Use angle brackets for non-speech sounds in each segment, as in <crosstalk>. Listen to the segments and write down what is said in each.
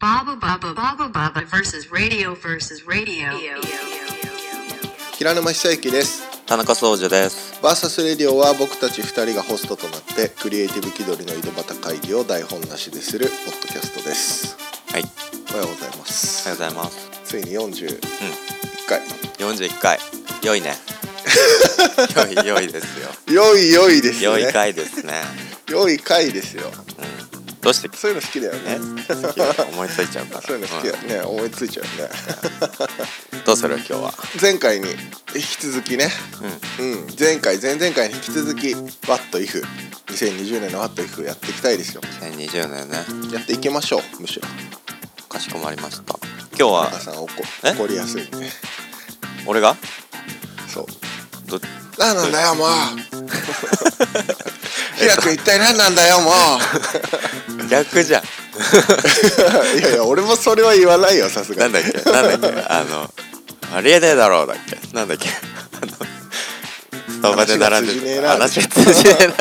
Baba Baba Baba Baba versus radio versus radio. 平沼久之です田中総司ですバーサスレディオは僕たち2人がホストとなってクリエイティブ気取りの井戸端会議を台本なしでするポッドキャストですはいおはようございますおはようございますついに41回、 41回良 <laughs> いね良い良いですよ良い良いですね良い回ですね良い回ですよどうしてそういうの好きだよねね好きだよ思いついちゃうか <laughs> らそういうの好きだよね、思いついちゃうね <laughs> うんどうする今日は前回に引き続きねうん前回前々回に引き続き「WhatIf2020 年の WhatIF」やっていきたいですよ2020年ねやっていきましょうむしろかしこまりました今日田は中さん怒え怒りやすいんで俺がそうどっ何なんだよ <laughs> もう平君一体何なんだ <laughs> よも逆じゃんういやいや俺もそれは言わないよさすがなんにだっけなんだっけあのありえねえだろうだっけなんだっけあのスタバで並ん話が通じねでえるな話が通じねえな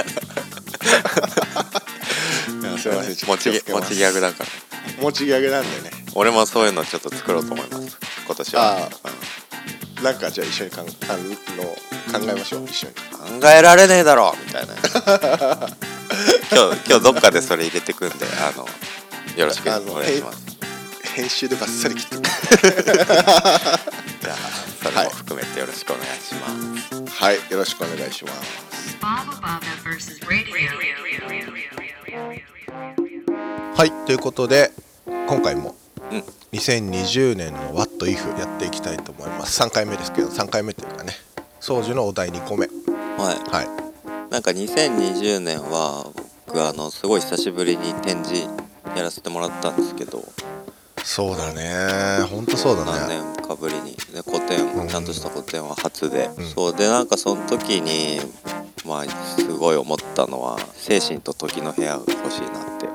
すいませんちょ持っと気ちをぎつけま持すちギャグだから持ち上げなんでね俺もそういうのちょっと作ろうと思います今年あはなんかじゃあ一緒にかんあの考えましょう一緒に考えられねえだろみたいな <laughs> 今日今日どっかでそれ入れてくんであのよろしくあのお願いします編集でバッサリ切ってくるじゃあそれも含めてよろしくお願いします、はいよろしくお願いします Baba Baba versus radio. はいということで今回もうん2020年の What If やっていきたいと思います3回目ですけど3回目というかね掃除のお題2個目ははいいなんか2020年は僕あのすごい久しぶりに展示やらせてもらったんですけどそうだねほんとそうだ何ね年かぶりにで個ん展ちゃんとした個展は初で、うんそうでなんかその時にまあすごい思ったのは精神と時の部屋が欲しいなって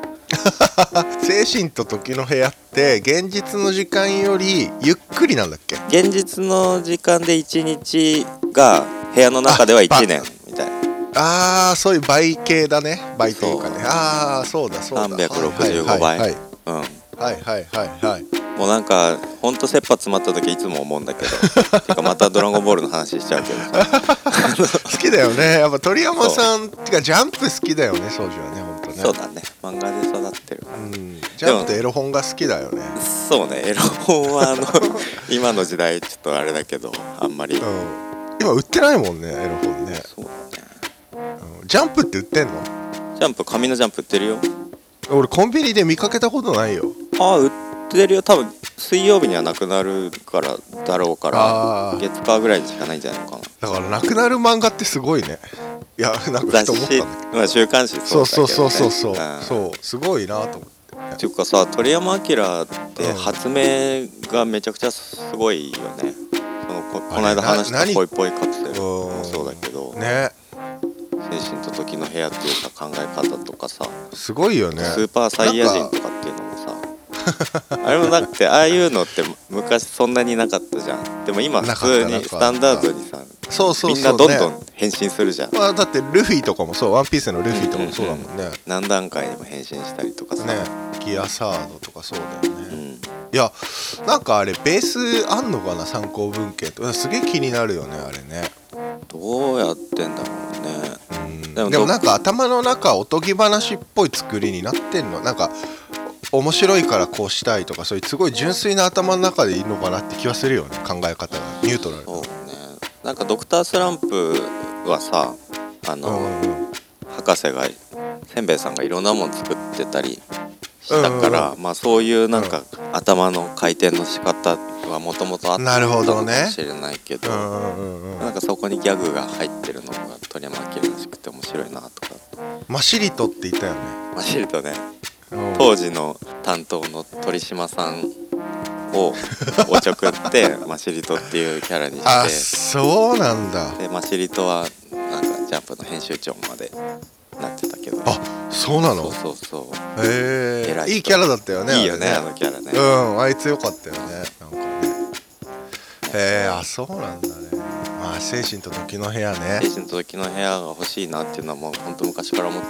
精神と時の部屋って現実の時間よりゆっくりなんだっけ現実の時間で1日が部屋の中では1年みたいなああそういう倍系だね倍というかねそうああそうだそうだ365はい倍はいうんはいはいはいはいはいもうなんかほんと切羽詰まった時いつも思うんだ <laughs> けどてかまた「ドラゴンボール」の話しちゃうけどさ好きだよねやっぱ鳥山さんってかジャンプ好きだよね庄司はね本当ねそうだね漫画で育ってるうんジャンプとエロ本が好きだよねそうねエロ本 <laughs> はあの今の時代ちょっとあれだけどあんまり、うん今売ってないもんねエロ本ね、そうだねうんジャンプって売ってんのジャンプ紙のジャンプ売ってるよ俺コンビニで見かけたことないよああ売ってるよ多分水曜日にはなくなるからだろうかあらー月火ぐらいにしかないんじゃないのかなだからなくなる漫画ってすごいねいやなんかふ雑と思った誌のまあ週刊誌そうそうそうだけどそうねそう、んそうすごいなと思っってていうかさ鳥山明ってうん発明がめちゃくちゃすごいよねそのここの間話しなた何「ぽいぽいカプセル」うもんそうだけどね精神と時の部屋っていうさ考え方とかさすごいよねスーパーサイヤな人んかとかっていうのもさあれもなくてああいうのって昔そんなになかったじゃんでも今な普かった通なかっにたスタンダードにさそうそうそう、ね、みんなどんどん変身するじゃんまあだってルフィとかもそうワンピースのルフィとかもそうだもんね、何段階にも変身したりとかさねギアサードとかそうだよね、うんいやなんかあれベースあんのかな参考文献とすげえ気になるよねあれねどうやってんだろううねんでもでもなんか頭の中おとぎ話っぽい作りになってんのなんかお面白いからこうしたいとかそういうすごい純粋な頭の中でいいのかなって気はするよね考え方がニュートラルそうねなんかドクタースランプはさあうの、んうん博士がせんべいさんがいろんなもん作ってたりしたから、うんまあそういうなんか、頭の回転の仕方はもともとあったなるのほかどもねしれないけど、うんうんうんうんなんかそこにギャグが入ってるのが鳥山明らしくて面白いなとかマシリトって言ったよねまあ知るとねうん当時の担当の鳥島さんをおちょ <laughs> くってマシリトっていうキャラにしてあそうなんだでマシリトはなんかジャンプの編集長までなってたけどあそうなそうのそうそへえ偉い人いいキャラだったよう、ねいいよねああれのキャラね、うんあいつよかったよねなんかねへえあそうなんだねまあ精神と時の部屋ね精神と時の部屋が欲しいなっていうのはもう本当昔から思っ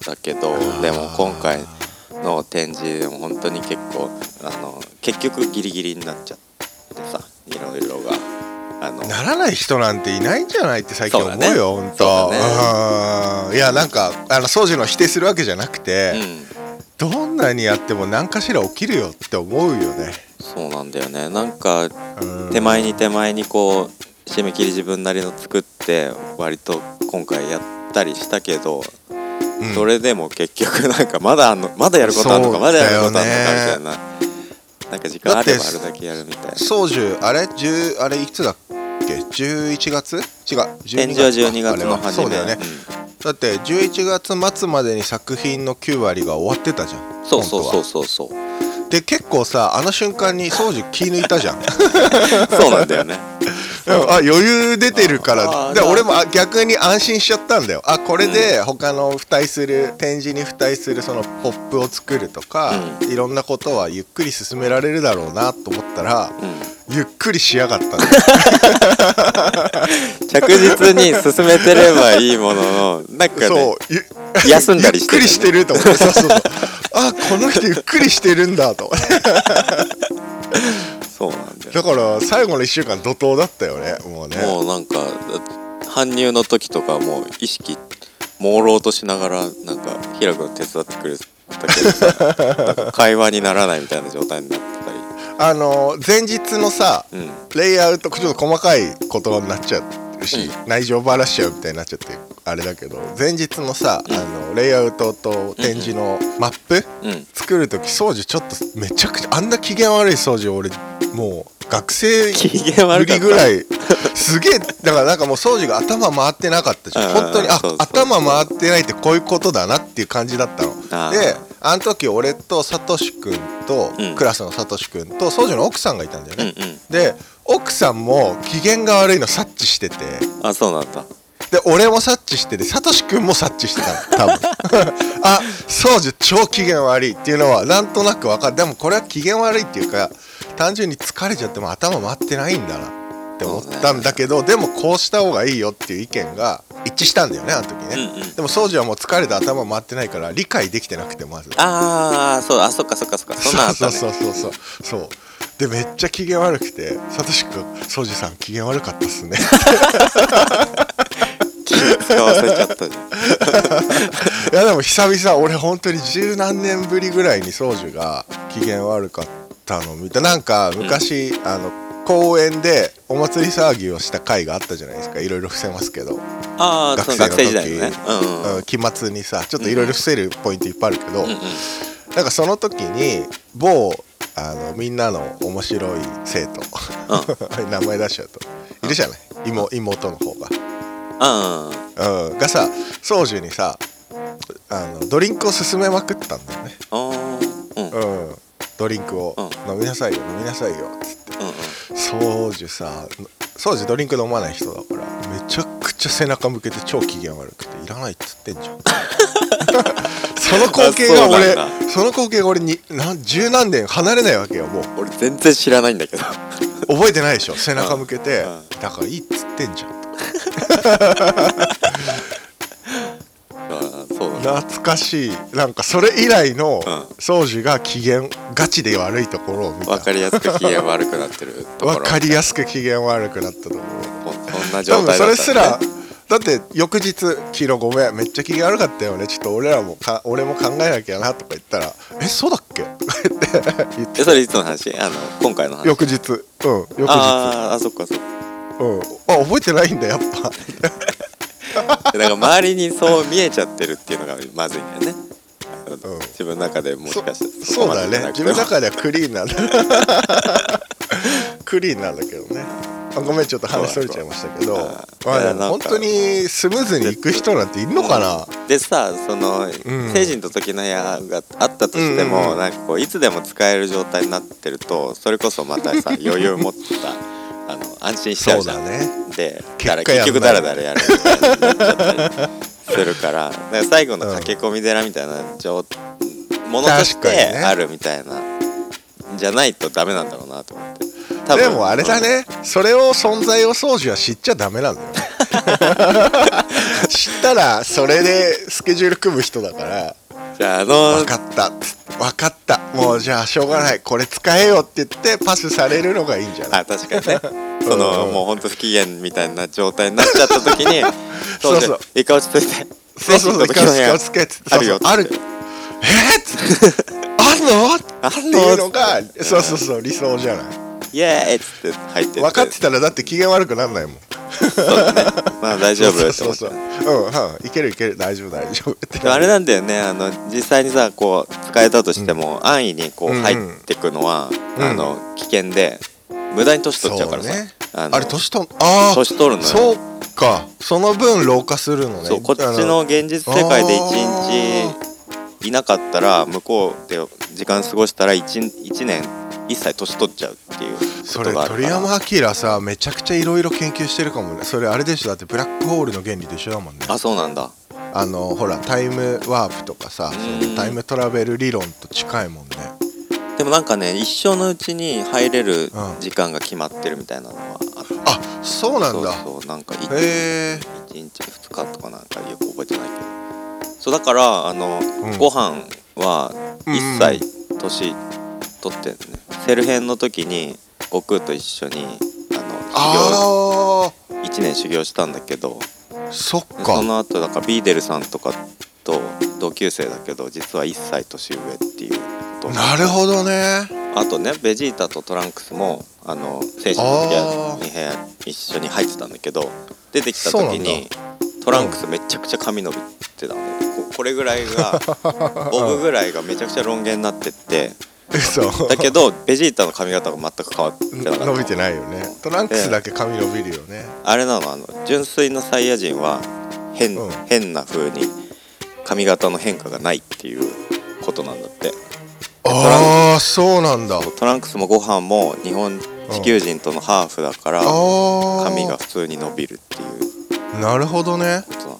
てたけどでも今回の展示も本当に結構あの結局ギリギリになっちゃってさいろいろがあのならない人なんていないんじゃないって最近そう思だうねよ、本当そううんいやなんかあの掃除の否定するわけじゃなくうて、んどんなにやっても何かしら起きるよって思うよね、そうなんだよねなんかうん手前に手前にこう締め切り自分なりの作って割と今回やったりしたけど、うんそれでも結局なんかまだあんのまだやることあんのかそうまだやることあんのかみだたよねいななんか時間あればだあってるだけやるみたいなソージュあれ10あれいつだっけ11月違う展12示は12月のあれは初めそうだよね、だって11月末までに作品の9割が終わってたじゃうんんそうそうそう本そうそう当はで結構さあの瞬間にソージュ気抜いた <laughs> じゃんうんそうなんだよねあ余裕出てるかあらーでじゃあ俺もあ逆に安心しちゃったんだよあこれで他の付帯する展示に付帯するそのポップを作るとか、いろんなことはゆっくり進められるだろうなと思ったらうゆっくりしやがったんだよん着実に進めてればいいもののなんかそねうゆ休んだりしてゆっくりしてると思ってそう <laughs> そうそうあこの人ゆっくりしてるんだと思ってそうなんだよだから最後の1週間怒涛だったよねもうねもうなんか搬入の時とかもう意識朦朧としながらなんか平君手伝ってくれたけど <laughs> さなんか会話にならないみたいな状態になってたりあの前日のさ、うんレイアウトちょっと細かいことになっちゃうし、内情ばらしちゃうみたいになっちゃってあれだけど前日のさ、あのレイアウトと展示のマップ、うん作る時掃除ちょっとめちゃくちゃあんな機嫌悪い掃除俺もう学生機嫌悪かぶりぐったらいすげえだからなんかもう掃除が頭回ってなかったじゃんうん本当にあそうそう頭回ってないってこういうことだなっていう感じだったのあーであの時俺とサトシ君と、うんクラスのサトシ君と掃除の奥さんがいたんだようんね、で奥さんも機嫌が悪いの察知しててうんあそうなんだで俺も察知しててサトシ君も察知してたの多分 <laughs> あソウジュ超機嫌悪いっていうのはなんとなく分かるでもこれは機嫌悪いっていうか単純に疲れちゃっても頭回ってないんだなって思ったんだけどでもこうした方がいいよっていう意見が一致したんだよねあの時ね、うんうんでもソウジュはもう疲れて頭回ってないから理解できてなくてまずああそうあそっかそっかそっかそんなんあったねそうそうそうそうそうでめっちゃ機嫌悪くてサトシ君ソウジュさん機嫌悪かったっすね使わせちゃったじゃんいやでも久々俺本当に十何年ぶりぐらいに宗樹が機嫌悪かったの見たなんか昔、あの公園でお祭り騒ぎをした回があったじゃないですかいろいろ伏せますけど、ああその学生時代のねうんうんうん期末にさちょっといろいろ伏せるポイントいっぱいあるけど、うんうんなんかその時に某あのみんなの面白い生徒 <laughs> 名前出しちゃうといるじゃない妹妹の方が。あーうん、がさ宗樹にさあのドリンクを勧めまくったんだよね、あーうんうんうんうん、ドリンクを、う飲みなさいよ飲みなさいよつって宗樹さ宗樹ドリンク飲まない人だからめちゃくちゃ背中向けて超機嫌悪くていらないっつってん <laughs> じゃんその光景があそう俺なんその光景が俺になん十何年離れないわけよもう俺全然知らないんだけ <laughs> ど覚えてないでしょ背中向けて、うんうんだからいいっつってんじゃんあーそうなんだ懐かしいなんかそれ以来のうん宗樹が機嫌ガチで悪いところを見たわかりやすく機嫌悪くなってるところわかりやすく機嫌悪くなったところこそんな多状態だ分ったそんだねれすらだって翌日「昨日ごめんめっちゃ機嫌悪かったよねちょっと俺らもか俺も考えなきゃな」とか言ったら「えそうだっけ?」とか言って言ってえそれいつの話あの今回の話翌日うん翌日あーあそっかそっかうんあ覚えてないんだやっぱだから周りにそう見えちゃってるっていうのがまずいんだよね、ん自分の中でもしかしてそうだね自分ので中ではクリーンなん <laughs> だクリーンなんだけどねあごめんちょっと話それちゃいましたけどそうだまあいやでなも本んか当にスムーズにいく人なんているのかな、でさその、成人と時の部屋があったとしても、うんうんうんなんかこういつでも使える状態になってるとそれこそまたさ余裕持ってさあの安心しちゃうじゃんそうだねで結果だやんなら結い局だらだらやるみたいになっちゃったりするからだから最後の駆け込み寺みたいな状ものとし確かにてねあるみたいな、じゃないとダメなんだろうなと思って多分でもあれだね、それを存在を掃除は知っちゃダメなん <laughs> だよね知ったらそれでスケジュール組む人だからうんじゃああの分かった分かったもうじゃあしょうがないこれ使えよって言ってパスされるのがいいんじゃないあ確かにねそうんのうんもうほんと不機嫌みたいな状態になっちゃった時にそうそうじゃイカをつついてそうそうそう精神の時に気をつけつけあるよあるえっ、あんのあってんのいうのがそうそうそう理想じゃないイエーイっつって入って分かってたらだって機嫌悪くならないもんまあ大丈夫そうだそうそううんはいいけるいける大丈夫大丈夫ってでもあれなんだよねあの実際にさこう使えたとしても、安易にこううんうん入ってくのは、うんあの危険で無駄に年取っちゃうからさ、そうねあのあれ年とああ年取るのよそうかその分老化するのねそうこっちあの現実世界で一あ日いなかったら向こうで時間過ごしたら 1, 一年一切年取っちゃうっていうこそとれがある鳥から山明さめちゃくちゃいろいろ研究してるかもねそれあれでしょだってブラックホールの原理と一緒だもんねあそうなんだあのほらタイムワープとかさうんそのタイムトラベル理論と近いもんねでもなんかね一生のうちに入れうるん時間が決まってるみたいなのはあったあそうなんだそうそうなんかへえ1日2日とかなんかよく覚えてないけどそうだからあの、んご飯はうん一切年取ってんね、セル編の時に悟空と一緒にああの修行1年修行したんだけどーそっかその後だからビーデルさんとかと同級生だけど実は1歳年上っていうことなるほどねあとねベジータとトランクスもあの選手の部屋に部屋一緒に入ってたんだけど出てきた時にトランクスめちゃくちゃ髪伸びてたの、ここれぐらい <laughs> がボブぐらいがめちゃくちゃロン毛になってって嘘 <laughs> だけどベジータの髪型が全く変わってなかった伸びてないよねトランクスだけ髪伸びるよねあれなのあの純粋なサイヤ人は変,、うん変な風に髪型の変化がないっていうことなんだってああそうなんだトランクスもご飯も日本地球人とのハーフだから、ああ髪が普通に伸びるっていうなるほどねことなの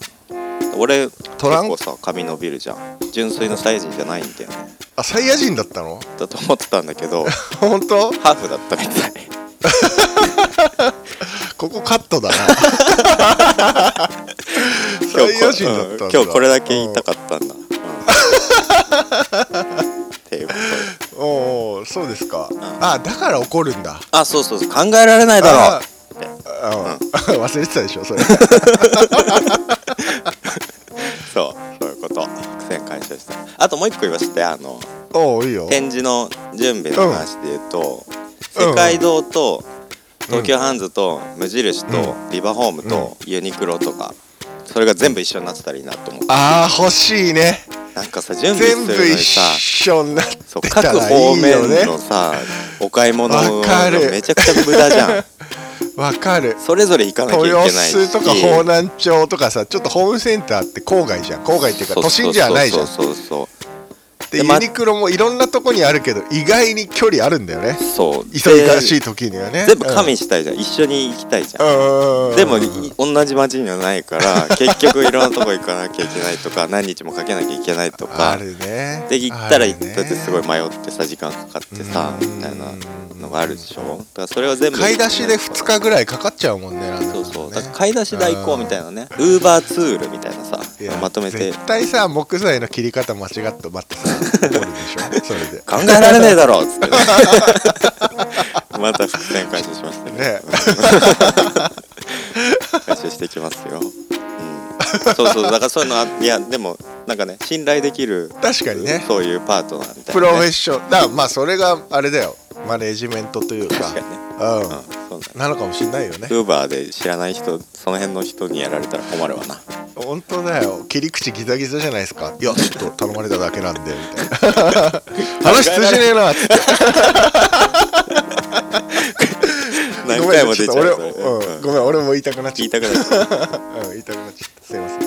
俺トラン結構さ髪伸びるじゃん純粋なサイヤ人じゃないんだよねあサイヤ人だったのだと思ってたんだけ <laughs> ど本当ハーフだったみたいここカットだ <laughs> なサイヤ人だったんだ、うん今日これだけ言いたか <laughs> ったんだ、うんっていうことでうんおうおうそうですか、あだから怒るんだあそうそうそう考えられないだろうあうん忘れてたでしょそれ <laughs> そうそういうこと苦戦解消したあともう一個言わせてあのおおいいよ展示の準備の話で言うと、世界堂と東京ハンズと無印とビバホームとユニクロとか、それが全部一緒になってたらいいなと思ってああ欲しいねなんかさ準備する全のに部一さ緒になってそうた各らい方いよ面ねのさお買い物わかるめちゃくちゃ無駄 <laughs> じゃんわかるそれぞれ行かなきゃいけな豊い洲しとか方南町とかさちょっとホームセンターって郊外じゃん郊外っていうかそう都心じゃないじゃんそうそうそうででユまニクロもいろんなとこにあるけど意外に距離あるんだよねそうで忙しい時にはね全部加味したいじゃん、一緒に行きたいじゃんうんでもい同じ街にはないから結局いろんなとこ行かなきゃいけないとか何日もかけなきゃいけないとあかるねで行ったら行行ったってすごい迷ってさ時間かかってさうんみたいなのがあるでしょだからそれは全部買い出しで2日ぐらいかかっちゃうもんねなんだかんだそねうそうだから買い出し代行みたいなねウーバーツールみたいなさいやまとめて絶対さ木材の切り方間違って待って <laughs> さ怒るでしょそれで考えられねえだろっつっ <laughs> てねまた伏線回収しましたねね回収していきますよ、うん、そうそうだからそういうのはいやでもなんかね信頼できる確かにねそういうパートナーみたいプな、ね、ロフェッションだからまあそれがあれだよマネジメントというか確かにねうんうんそうだなのかもしんないよねウーバーで知らない人その辺の人にやられたら困るわな本当だよ切り口ギザギザじゃないですかいやちょっと頼まれただけなんでみたいな <laughs> 話通じねえなって何ごめ回んもちょ出っちゃとう俺、それうん、ごめん俺も言いたくなっ言ちゃいったたくないうん言いたくなっちゃったすいません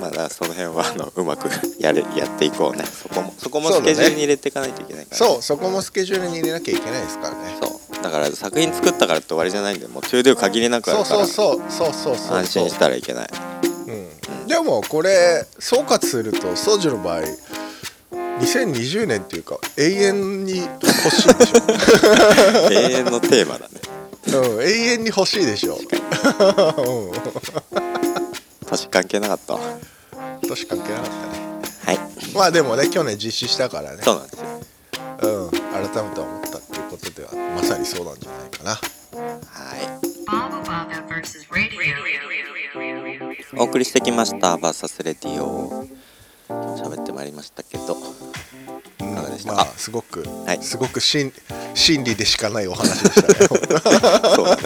まあだからその辺はあのうまくやれやっていこうねそこもそこもそうスだねケジュールに入れていかないといけないから、そうそこもスケジュールに入れなきゃいけないですからねそうだから作品作ったからって終わりじゃないんでもうトゥードゥ限りなくあそうるからそうそうそうそうそう安心したらいけないうん、でもこれ総括するとソジュの場合2020年っていうか永遠に欲しいでし永遠のテーマだねょ、うん、永遠に欲しいでしょ、うん、年関係なかったわ年関係なかったねはいまあでもね去年実施したからねそうなんですようん、改めて思ったっていうことではまさにそうなんじゃないかなは Baba Baba versus radio. いお送りしてきましたバーサスレディオ喋ってまいりましたけどうんいかがでしたまああすごく、はいすごく心心理でしかないお話でしたねそうだね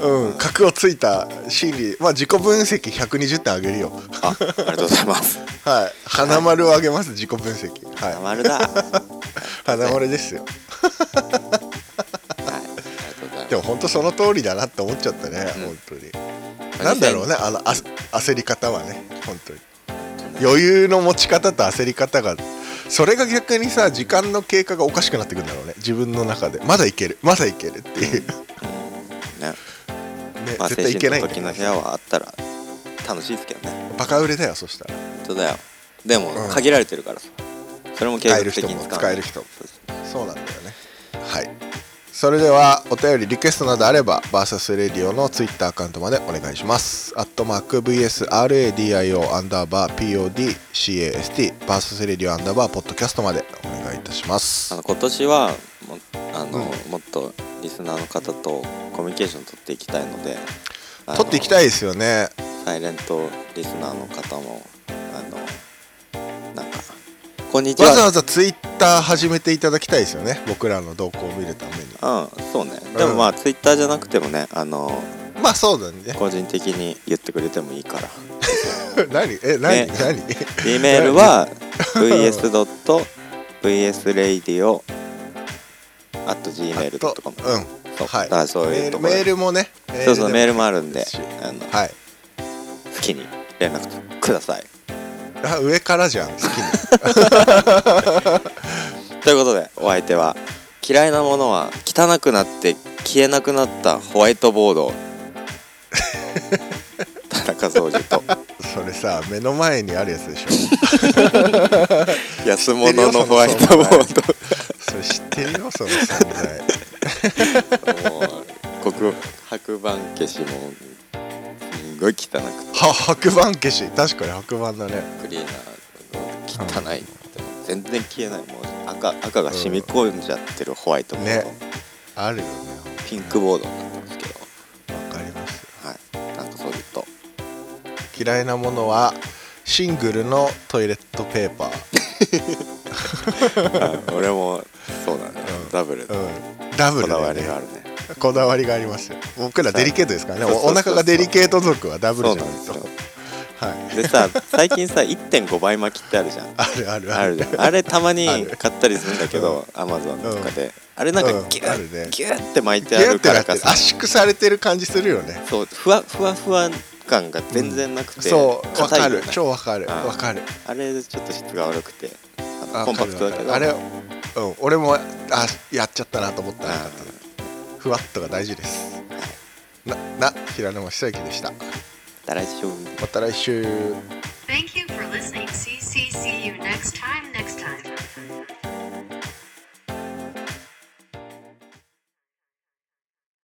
うん格をついた心理まあ自己分析120点あげるよあありがとうございますはい花丸をあげます自己分析たはいまるだはい花丸ですよでありがとうございまも本当その通りだなって思っちゃったね、うん本当にすなんだろうねあのあ焦り方はね本当に余裕の持ち方と焦り方がそれが逆にさ時間の経過がおかしくなってくるんだろうね自分の中でまだいけるまだいけるっていう、ねねまあ、絶精対いけな神いんのだけ時どの部屋はあったら楽しいですけどねバカ売れだよそしたら本当だよでもうん限られてるからさ、それも計使え画る的人にも使う使える人もそうですそうなんだよねはいそれではお便りリクエストなどあれば VS レディオのツイッターアカウントまでお願いしますアットマーク VSRADIO アンダーバー PODCAST VS レディオアンダーバーポッドキャストまでお願いいたしまあすの今年はもあの、もっとリスナーの方とコミュニケーション取っていきたいのであの取っていきたいですよねサイレントリスナーの方もあのなんか「こんにちは」わざわざツイッター始めていただきたいですよね僕らの動向を見るためにうんそうねでもまあ、ツイッターじゃなくてもねあのまあそうだね <laughs> 個人的に言ってくれてもいいから何え何、ね何 E メールは vs.vsradio.gmail.com あとうんそうはいだからそうメいうールところメールもねそうそうメールルもあるんでしあのでもはい好きに連絡くださいあ上からじゃん好きにということでお相手は嫌いなものは汚くなって消えなくなったホワイトボ <laughs> ード田中総司とそれさ目の前にあるやつでしょ安物のホワイトボード <laughs> それ知ってるよその存在もう黒白板消しもすごい汚くては白板消し確かに白板だねクリーナーの汚いって全然消えないもう赤赤が染み込んじゃってるホワイトボード、ねあるよねピンクボードになってますけどわかりますはいなんかそういうと嫌いなものはシングルのトイレットペーパー俺もそうだね、うんダブうルんダブこルだだよわねりがあるねこだわりがありますよ僕らデリケートですからねそうそうおそうお腹がデリケート族はダブルそうじなゃんなでいすとよはいでさ最近さ1.5倍巻きってあるじゃんあるあるああるるじゃんあれたまにある買ったりするんだけどアマゾンとかで、あれなんかギュうんあるッ、ねギュッて巻いてギあュッるてかならってかるさ圧縮されてる感じするよねそうふわふわふわ感が全然なくて、そうわ硬いかよねる超わかるうんわかるあれちょっと質が悪くてああのコンパクトだけどわかるわかるあれうん俺もあやっちゃったなと思ったなあふわっとが大事ですなな平沼久之でしたまた来週また来週 Thank you for listening. CCCU next